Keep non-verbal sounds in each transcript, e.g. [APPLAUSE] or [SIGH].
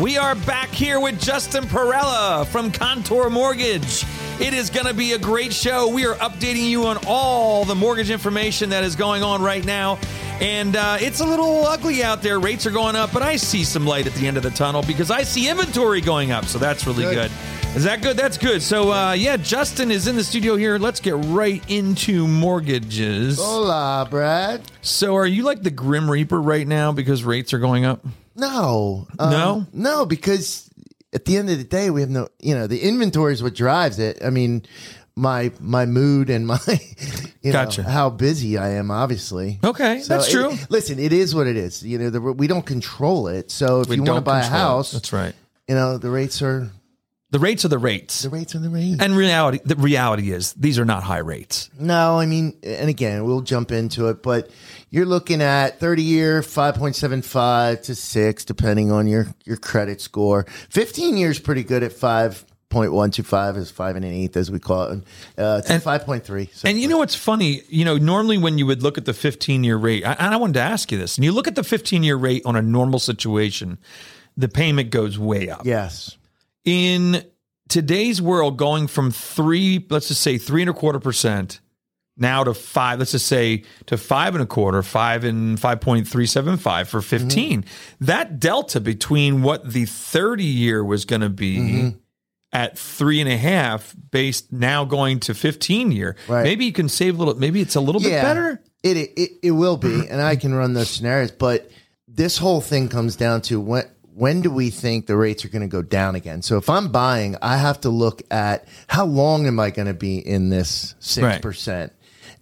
We are back here with Justin Perella from Contour Mortgage. It is going to be a great show. We are updating you on all the mortgage information that is going on right now. And uh, it's a little ugly out there. Rates are going up, but I see some light at the end of the tunnel because I see inventory going up. So that's really good. Good. Is that good? That's good. So, uh, yeah, Justin is in the studio here. Let's get right into mortgages. Oh, Hola, Brad. So are you like the Grim Reaper right now because rates are going up? No. No? Um, No, because at the end of the day, we have no, you know, the inventory is what drives it. I mean, my my mood and my, [LAUGHS] you Gotcha. know, how busy I am, obviously. Okay, that's it- true. listen, it is what it is. You know, the, we don't control it. So if We you want to don't buy a control it. house, That's right. you know, the rates are The rates are the rates. the rates are the rates. And reality the reality is these are not high rates. No, I mean, and again, we'll jump into it, but you're looking at 30 year 5.75 to 6 depending on your your credit score. 15 years pretty good at 5.125 is 5 and an eighth as we call it. And, uh, to 5.3. So And you know what's funny? You know, normally when you would look at the 15 year rate, I- and I wanted to ask you this, and you look at the 15 year rate on a normal situation, the payment goes way up. yes. in today's world, going from three, let's just say three and a quarter percent now to five, let's just say to five and a quarter, five and 5.375 for 15, that delta between what the 30 year was going to be. At three and a half, based now going to fifteen year. Right. Maybe you can save a little. Maybe it's a little bit better. It, it it [CLEARS THROAT] will be, and I can run those scenarios. But this whole thing comes down to when when do we think the rates are going to go down again? So if I'm buying, I have to look at how long am I going to be in this six Right. percent?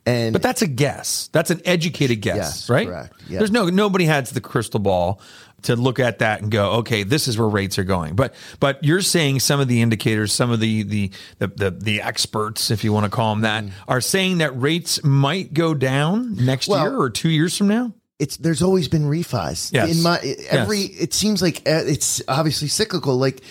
And But that's a guess. That's an educated guess, Yes, right? correct. Yeah. There's no nobody has the crystal ball to look at that and go, okay, this is where rates are going. But but you're saying some of the indicators, some of the the the the, the experts, if you want to call them Mm. that, are saying that rates might go down next Well- year or two years from now. it's there's always been refis Yes. in my every it seems like uh, it's obviously cyclical like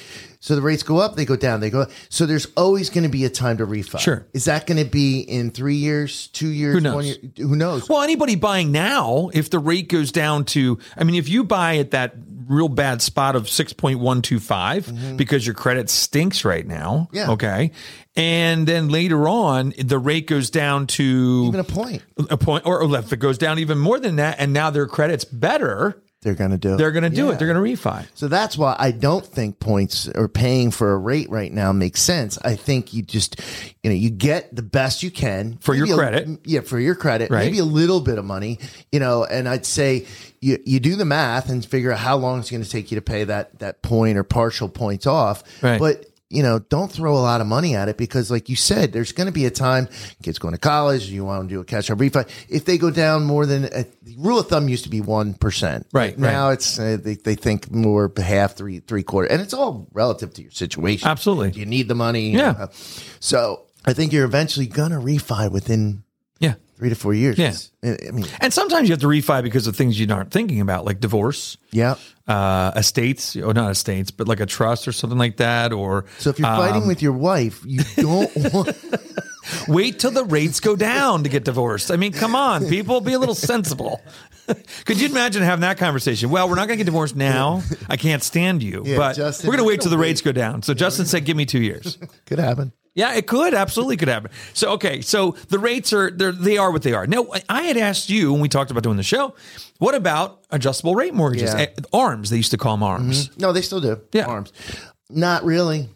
so the rates go up they go down they go up. so there's always going to be a time to refi Sure. is that going to be in three years two years Who knows? one year who knows Well, anybody buying now, if the rate goes down to, I mean, if you buy at that real bad spot of 6.125 because your credit stinks right now, Mm-hmm. Yeah. okay, and then later on the rate goes down to even a point a point, or or if it goes down even more than that, and now their credit's better, they're going to do they're going to do Yeah. it. They're going to refi. So that's why I don't think points or paying for a rate right now makes sense. I think you just, you know, you get the best you can For your Maybe a- credit. yeah, for your credit, Right. maybe a little bit of money, you know. And I'd say you you do the math and figure out how long it's going to take you to pay that that point or partial points off. Right. But you know, don't throw a lot of money at it because, like you said, there's going to be a time kids going to college. You want to do a cash out refi. If they go down more than a, the rule of thumb used to be one percent, Right, right. now it's uh, they, they think more half three three quarter and it's all relative to your situation Absolutely. Do you need the money Yeah. Uh, so i think you're eventually gonna refi within Yeah. three to four years Yeah. i, I mean And sometimes you have to refi because of things you aren't thinking about, like divorce. yeah Uh, estates, or not estates, but like a trust or something like that, or so if you're fighting with your wife you don't [LAUGHS] want Wait till the rates go down to get divorced. I mean, come on, people, be a [LAUGHS] little sensible. Could you imagine having that conversation? Well, we're not going to get divorced now. I can't stand you, Yeah, but Justin, we're going to we're wait till the gonna rates go down. So Justin said, "Give me two years." could happen Yeah, it could absolutely could happen. So okay, so the rates are they're, they are what they are. Now, I- I had asked you when we talked about doing the show, what about adjustable rate mortgages? Yeah. Eh, ARMs, they used to call them ARMs. no they still do Yeah. arms not really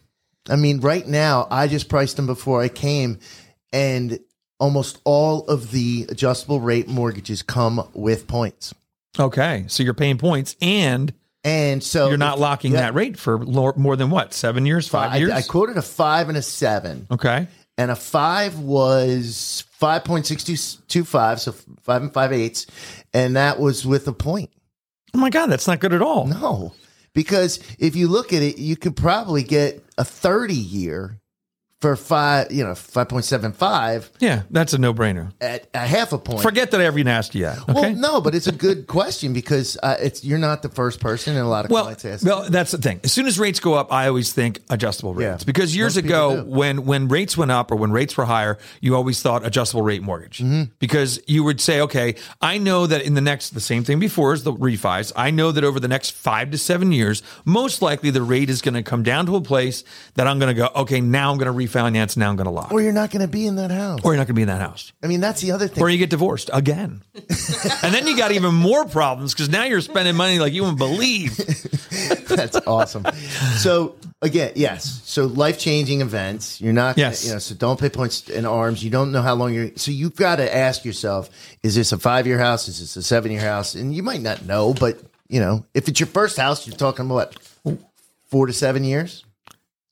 i mean right now i just priced them before i came and almost all of the adjustable rate mortgages come with points Okay, so you're paying points and and so you're not locking Yeah. that rate for lo- more than what seven years, five I, years. I quoted a five and a seven, okay. and a five was five point six two two five, so five and five eighths, and that was with a point. Oh my God, that's not good at all. No, Because if you look at it, you could probably get a 30 year for five, you know, 5.75 Yeah, that's a no brainer. at a half a point. Forget that every nasty ad. Okay. Well, no, but it's a good question because uh, it's you're not the first person, and a lot of Well, clients ask. well, that's the thing. As soon as rates go up, I always think adjustable rates Yeah. because years Most people ago, do. when when rates went up or when rates were higher, you always thought adjustable rate mortgage Mm-hmm. because you would say, okay, I know that in the next the same thing before is the refis. I know that over the next five to seven years, most likely the rate is going to come down to a place that I'm going to go, okay, now I'm going to refinance, now I'm going to lock, or or you're not going to be in that house. you're not going to be in that house. I mean, that's the other thing. Or you get divorced [LAUGHS] again. and then you got even more problems because now you're spending money like you wouldn't believe. [LAUGHS] That's awesome. So again, yes. So life changing events. You're not. gonna- Yes. You know. So don't pay points in arms. You don't know how long you're. So you've got to ask yourself: Is this a five year house? Is this a seven year house? And you might not know, but you know, if it's your first house, you're talking about four to seven years.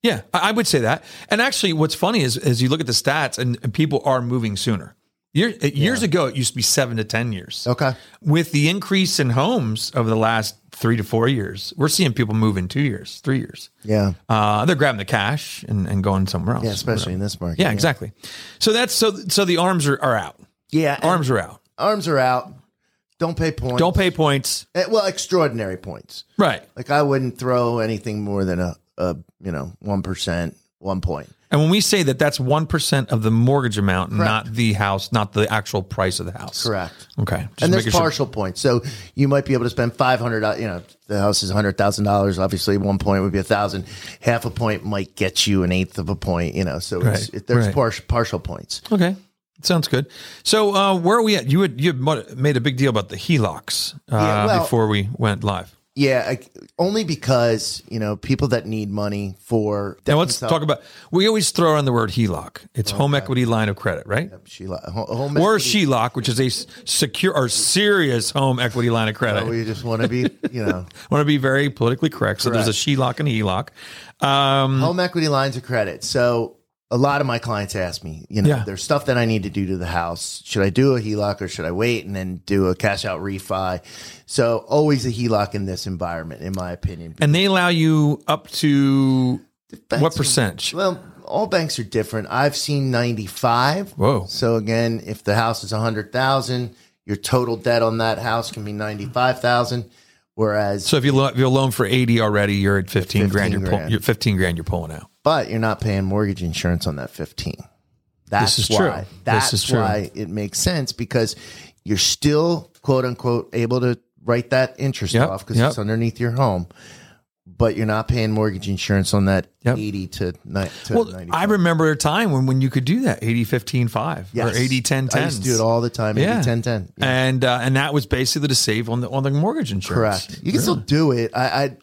Yeah, I I would say that. And actually, what's funny is, is you look at the stats and, and people are moving sooner. Year, uh, Years ago, it used to be seven to 10 years. Okay. With the increase in homes over the last three to four years, we're seeing people move in two years, three years. Yeah. Uh, they're grabbing the cash and, and going somewhere else. Yeah. Especially in this market. Yeah, exactly. So that's so so the arms are, are out. Yeah. Arms are out. Arms are out. Don't pay points. Don't pay points. Eh, Well, extraordinary points. Right. Like I wouldn't throw anything more than a, a you know one percent, one point. And when we say that, that's 1% of the mortgage amount, not the house, not the actual price of the house. Correct. Okay. Just and there's making sure- partial points, so you might be able to spend five hundred. You know, the house is hundred thousand dollars. Obviously, one point would be a thousand. Half a point might get you an eighth of a point. You know, so it's, Right, it, there's right. partial partial points. Okay, sounds good. So uh, where are we at? You had you had mo- made a big deal about the HELOCs uh, Yeah, well- before we went live. Yeah, I, only because you know people that need money for. Now let's talk about. We always throw around the word HELOC. It's home equity line of credit, right? Sheila, ho- home Or equity. SHELOC, which is a s- secure or serious home equity line of credit. We just want to be, you know, I want to be very politically correct. So there's a SHELOC and a HELOC. Um, home equity lines of credit. So a lot of my clients ask me, you know, Yeah. there's stuff that I need to do to the house. Should I do a HELOC or should I wait and then do a cash out refi? So always a HELOC in this environment, in my opinion. and they allow you up to what Banks- percentage? Well, all banks are different. I've seen 95. Whoa. So again, if the house is 100,000, your total debt on that house can be 95,000 whereas So if you lo- if you're loan for eighty already, you're at fifteen, grand. 15 You're, pull- grand. you're fifteen grand. You're pulling out. but you're not paying mortgage insurance on that 15. That's This is true. why. This That's is true. why it makes sense because you're still quote unquote able to write that interest Yep, off because yep. it's underneath your home, but you're not paying mortgage insurance on that Yep. 80 to, ni- to Well, 90. I remember a time when, when you could do that 80 15 5 Yes. or 80 10 10. I used to do it all the time, 80 10 10. Yeah, And uh, and that was basically to save on the on the mortgage insurance. correct. You can still do it. I, I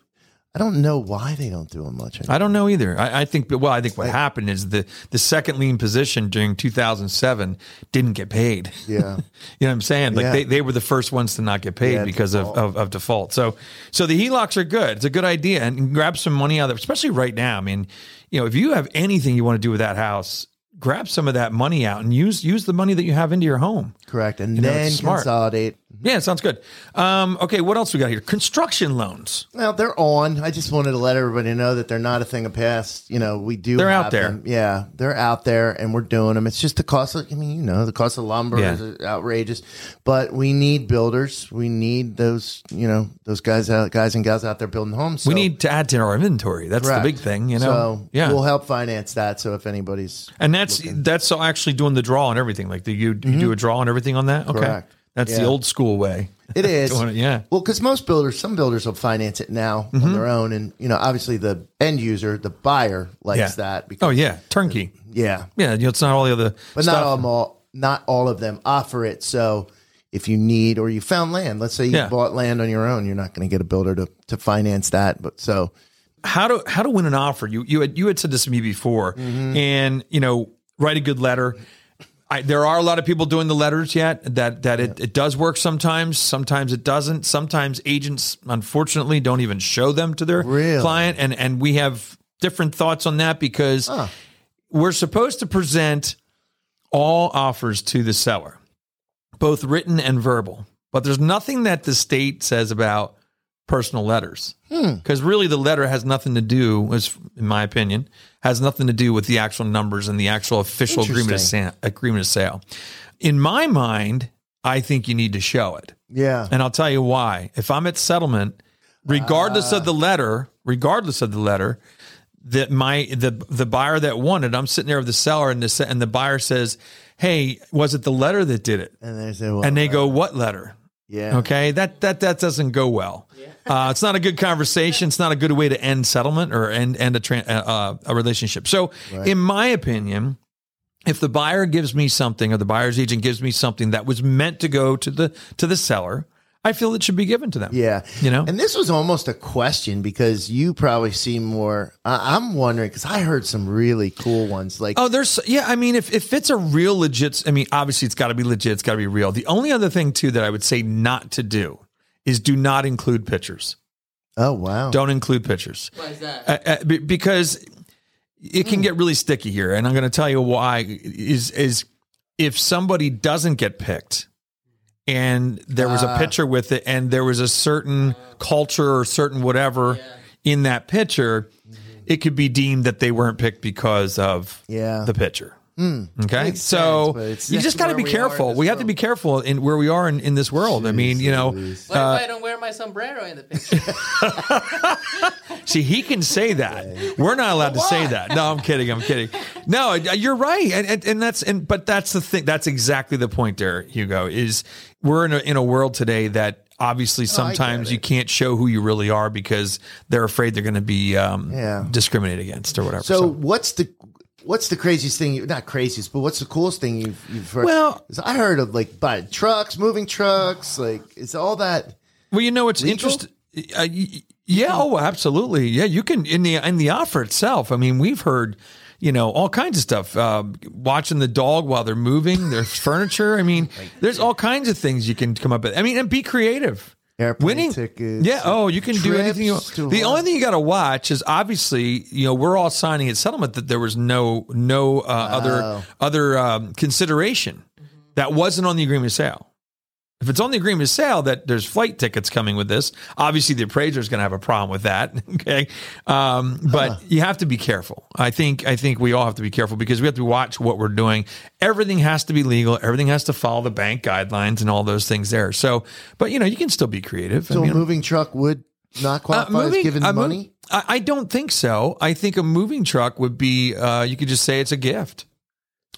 I don't know why they don't do it much. I don't know either. I, I think well, I think what happened is the the second lien position during 2007 didn't get paid. Yeah. [LAUGHS] You know what I'm saying? Like Yeah. they, they were the first ones to not get paid Yeah, because of, of, of default. So so the HELOCs are good. It's a good idea and grab some money out of especially right now. I mean, you know, if you have anything you want to do with that house, grab some of that money out and use use the money that you have into your home. Correct. And know, then it's smart. consolidate. Yeah, sounds good. Um, okay, what else we got here? Construction loans. Well, they're on. I just wanted to let everybody know that they're not a thing of past. You know, we do. They're out have there. them. Yeah, they're out there, and we're doing them. It's just the cost. Of, I mean, you know, the cost of lumber Yeah. is outrageous, but we need builders. We need those. You know, those guys out, guys and gals out there building homes. We So- need to add to our inventory. That's Oh. Correct. the big thing, you know. So yeah, we'll help finance that. So if anybody's and that's that's actually doing the draw and everything. Like do you, you do a draw and everything on that. Okay, Mm-hmm. Correct. that's the Yeah. old school way. [LAUGHS] It is. Doing it, yeah. Mm-hmm. Well, because most builders, some builders will finance it now on their own, and you know, obviously the end user, the buyer, likes Yeah. that. Because, Oh yeah, turnkey. yeah. Yeah, you know, it's not all the other But stuff. not all, all not all of them offer it. So if you need or you found land, let's say you Yeah. bought land on your own, you're not going to get a builder to to finance that. But so how to how to win an offer. You you had you had said this to me before, and you know, write a good letter. I, there are a lot of people doing the letters yet that that it, it does work sometimes. Sometimes it doesn't. Sometimes agents unfortunately don't even show them to their Really? client, and and we have different thoughts on that because we're supposed to present all offers to the seller, both written and verbal. But there's nothing that the state says about personal letters because really the letter has nothing to do, as in my opinion, has nothing to do with the actual numbers and the actual official agreement of, sa- agreement of sale. In my mind, I think you need to show it. Yeah. And I'll tell you why. If I'm at settlement, regardless of the letter, regardless of the letter, that my the the buyer that won it, I'm sitting there with the seller and the se- and the buyer says, "Hey, was it the letter that did it?" And they say, well, And they go, "What letter?" yeah. Okay, that that that doesn't go well. Uh, it's not a good conversation. It's not a good way to end settlement or end end a tran uh, uh, a relationship. So, in my opinion, if the buyer gives me something or the buyer's agent gives me something that was meant to go to the to the seller, I feel it should be given to them. Yeah. You know? And this was almost a question because you probably see more. I, I'm wondering because I heard some really cool ones. Like, Oh, there's yeah. I mean, if if it's a real legit, I mean, obviously it's got to be legit. It's got to be real. The only other thing too that I would say not to do is do not include pictures. oh, wow. Don't include pictures. Why is that? uh, uh, be- because it can get really sticky here and i'm going to tell you why is is if somebody doesn't get picked and there was a Ah. picture with it and there was a certain culture or certain whatever in that picture it could be deemed that they weren't picked because of Mm-hmm. Yeah. Hmm. the picture okay Makes so sense, but it's- you that's just got to where be we are in careful this we have to be careful in where we are in, in this world i mean you know Jeez. What if I don't wear my sombrero in the picture? See, he can say that. We're not allowed to say that. No, I'm kidding. I'm kidding. No, you're right, and, and and that's and but that's the thing. That's exactly the point, there, Hugo. Is we're in a in a world today that obviously sometimes Oh, it. you can't show who you really are because they're afraid they're going to be um, Yeah. discriminated against or whatever. So, what's the what's the craziest thing? You, not craziest, but what's the coolest thing you've you've heard? Well- 'Cause I heard of like buying trucks, moving trucks, like it's all that. Well, you know what's interesting. Uh, y- y- yeah, oh, absolutely. Yeah, you can in the in the offer itself. I mean, we've heard, you know, all kinds of stuff. Um, watching the dog while they're moving [LAUGHS] their furniture. I mean, there's all kinds of things you can come up with. I mean, and be creative. Airplane Winning tickets, Yeah. Oh, you can do anything. You trips to want. The only Hawaii. thing you got to watch is obviously, you know, we're all signing at settlement that there was no no uh, other other um, consideration that wasn't on the agreement of sale. If it's on the agreement of sale that there's flight tickets coming with this, obviously the appraiser is going to have a problem with that. [LAUGHS] Okay, um, but Uh-huh. you have to be careful. I think I think we all have to be careful because we have to watch what we're doing. Everything has to be legal. Everything has to follow the bank guidelines and all those things there. So, but you know, you can still be creative. I So, mean, Uh, a moving truck would not qualify as giving a mov- money. I, I don't think so. I think a moving truck would be. Uh, you could just say it's a gift.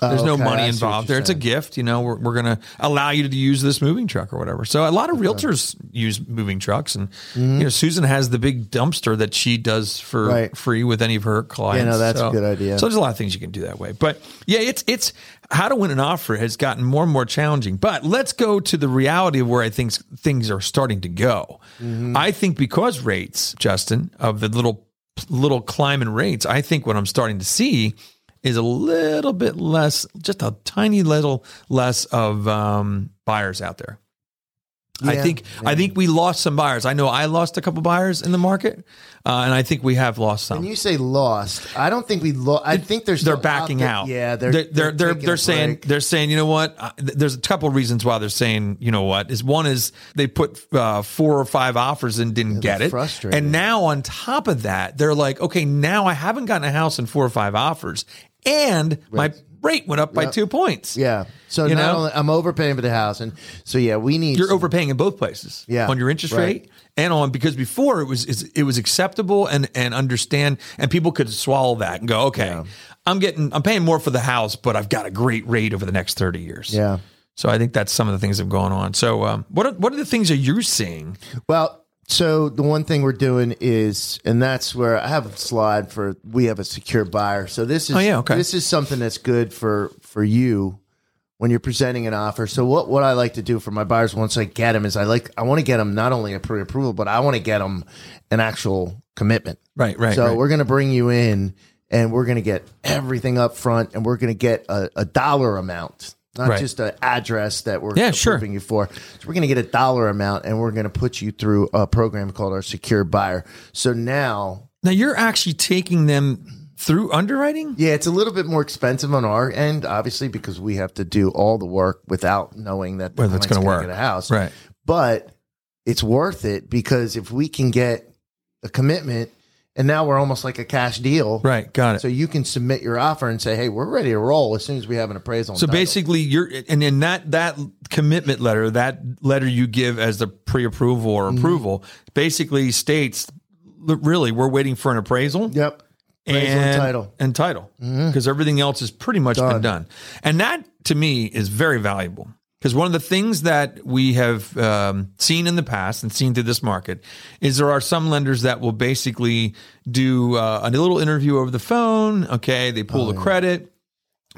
There's Oh, no okay, I money see what involved you're there. It's a saying. gift. You know, we're, we're going to allow you to use this moving truck or whatever. So a lot of realtors use moving trucks, and you know, Susan has the big dumpster that she does for Mm-hmm. Right. free with any of her clients. Yeah, no, that's a So- good idea. So there's a lot of things you can do that way. But yeah, it's it's how to win an offer has gotten more and more challenging. But let's go to the reality of where I think things are starting to go. Mm-hmm. I think because rates, Justin, of the little little climb in rates, I think what I'm starting to see is a little bit less, just a tiny little less of um, buyers out there. I Yeah, think I think we lost some buyers. I know I lost a couple buyers in the market, uh, and I think we have lost some. When you say lost, I don't think we lost. I think there's they're backing out. Yeah, they're they're they're they're, taking they're a saying break. they're saying you know what? Uh, th- There's a couple reasons why they're saying you know what is one is they put uh, four or five offers and didn't get they're it, frustrated. and now on top of that they're like, okay, now I haven't gotten a house in four or five offers, and my rate went up by two points. yeah. So you not know? only I'm overpaying for the house, and so yeah, we need You're some- overpaying in both places. Yeah, On your interest right. rate and on because before it was is- it was acceptable and and understand and people could swallow that and go, okay, I'm getting I'm paying more for the house, but I've got a great rate over the next 30 years. Yeah. So I think that's some of the things that have gone on. So um, what are, what are the things that you're seeing? Well, so the one thing we're doing is, and that's where I have a slide for. We have a secure buyer, so this is Oh, yeah, okay. this is something that's good for for you when you're presenting an offer. So what what I like to do for my buyers once I get them is I like I want to get them not only a pre approval, but I want to get them an actual commitment. Right, right. So right. we're going to bring you in and we're going to get everything up front and we're going to get a, a dollar amount, not Right. just an address that we're Yeah, sure. approving you for. So we're going to get a dollar amount and we're going to put you through a program called our secure buyer. So now, now you're actually taking them through underwriting? yeah, it's a little bit more expensive on our end, obviously, because we have to do all the work without knowing that the Whether it's gonna client's gonna work. get a house. Right. But it's worth it because if we can get a commitment, and now we're almost like a cash deal, Right. Got it. So you can submit your offer and say, "Hey, we're ready to roll as soon as we have an appraisal." So and title." basically, you're and then that that commitment letter, that letter you give as the pre-approval Mm-hmm. or approval, basically states, "Look, really, we're waiting for an appraisal yep, appraisal and, title. Mm-hmm. and title because everything else has pretty much been Done. done, and that to me is very valuable because one of the things that we have um, seen in the past and seen through this market is there are some lenders that will basically do uh, a little interview over the phone. Okay, they Oh, pull the credit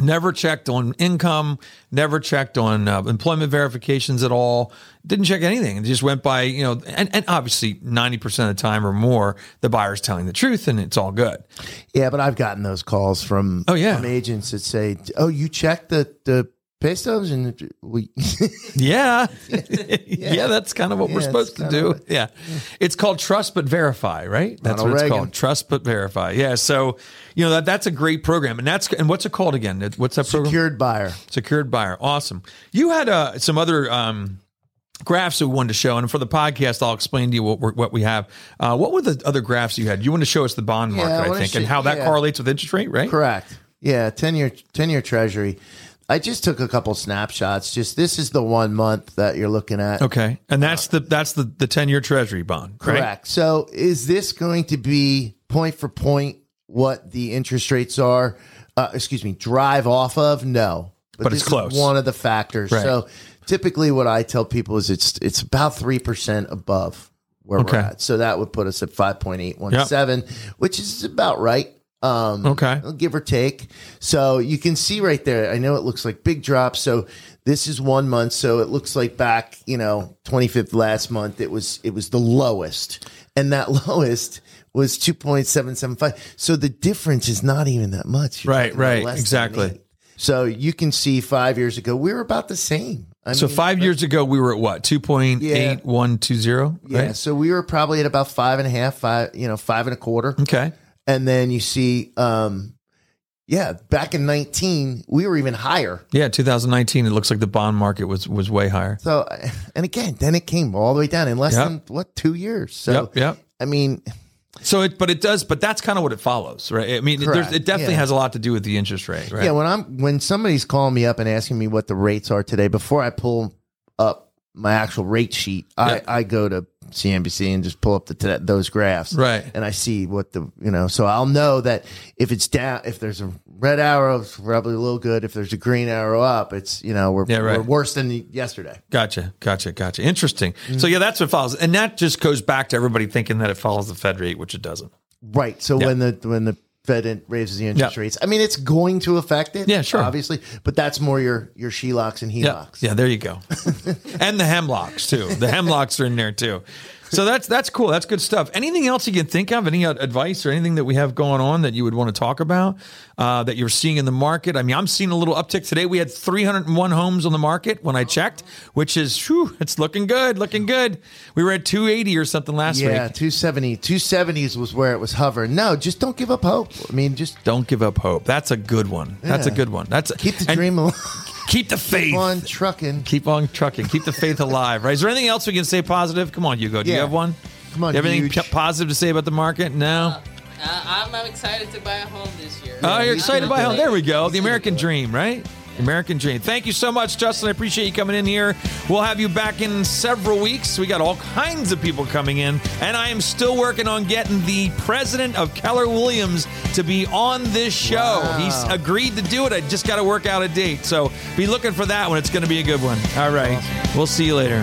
never checked on income, never checked on uh, employment verifications at all, didn't check anything. It just went by, you know, and, and obviously 90% of the time or more, the buyer's telling the truth and it's all good. Yeah, but I've gotten those calls from Oh, yeah. from agents that say, "Oh, you checked the the pay stubs and we." [LAUGHS] Yeah. yeah. that's kind of what we're Yeah, supposed to it's do. kinda yeah. It's called trust but verify, right? That's Ronald what it's Reagan. called. Trust but verify. Yeah. So, you know, that that's a great program. And that's and what's it called again? What's that program? Secured buyer. secured buyer. Awesome. You had uh, some other um, graphs that we wanted to show, and for the podcast, I'll explain to you what we're, what we have. Uh, what were the other graphs you had? You want to show us the bond I market, I wanna think, show- and how that yeah. correlates with interest rate, right? Correct. Yeah, ten year ten year treasury. I just took a couple snapshots. Just this is the one month that you're looking at. Okay, and that's the that's the the ten year Treasury bond, right? Uh, Correct. So is this going to be point for point what the interest rates are? Uh, excuse me, drive off of? No, But it's this is close. one of the factors. Right. So typically, what I tell people is it's it's about three percent above where Okay. we're at. So that would put us at five point eight one seven, which is about right. Um, Okay. give or take. So you can see right there. I know it looks like big drop. So this is one month. So it looks like back, you know, 25th last month. It was it was the lowest, and that [LAUGHS] lowest was 2.775. So the difference is not even that much. You're Right, talking about right, less than exactly. eight. So you can see five years ago we were about the same. I So mean, five years ago, we were at what two point eight one two zero, yeah. right? So we were probably at about five and a half, five, you know, five and a quarter. Okay, and then you see um yeah back in 19 we were even higher yeah, 2019. It looks like the bond market was was way higher. so [LAUGHS] and again then it came all the way down in less Yep. than what two years so Yep, yep. i mean So it, but it does, but that's kind of what it follows, right? I mean, it, there's, Correct, it definitely yeah. has a lot to do with the interest rate, right? yeah when i'm when somebody's calling me up and asking me what the rates are today before i pull up my actual rate sheet Yep. i i go to cnbc and just pull up the t- those graphs Right. and i see what the you know so i'll know that if it's down if there's a red arrow it's probably a little good if there's a green arrow up it's you know we're, Yeah, right. we're worse than yesterday Gotcha, gotcha, gotcha. Interesting. So Mm. yeah, that's what follows, and that just goes back to everybody thinking that it follows the Fed rate, which it doesn't. Right. So Yeah. when the when the Fed in- raises the interest Yeah. rates, I mean it's going to affect it. Yeah, sure. obviously, but that's more your your Shelocks and HELOCs. Yeah, yeah. There you [LAUGHS] go, and the hemlocks too. The hemlocks are in there too. So that's that's cool. That's good stuff. Anything else you can think of? Any ad- advice or anything that we have going on that you would want to talk about uh, that you're seeing in the market? I mean, I'm seeing a little uptick today. We had 301 homes on the market Oh. when I checked, which is whew, it's looking good, looking good. We were at 280 or something last Yeah, week. 270. 270s was where it was hovering. No, just don't give up hope. I mean, just Don't give up hope. That's a good one. That's a Yeah. good one. That's a- keep the and- [LAUGHS] dream alive. Keep the faith. Keep on trucking. Keep on trucking. Keep the faith alive. Right? Is there anything else we can say positive? Come on, Hugo. Do you Yeah. have one? Come on, You have anything huge. p- positive to say about the market? No. [LAUGHS] Uh, I'm, I'm excited to buy a home this year. Oh, you're I'm excited about home. not- There we go. The American dream, right? The American dream. Thank you so much, Justin. I appreciate you coming in here. We'll have you back in several weeks. We got all kinds of people coming in, and I am still working on getting the president of Keller Williams to be on this show. He's agreed to do it. I just got to work out a date. So be looking for that one. It's going to be a good one. All right. We'll see you later.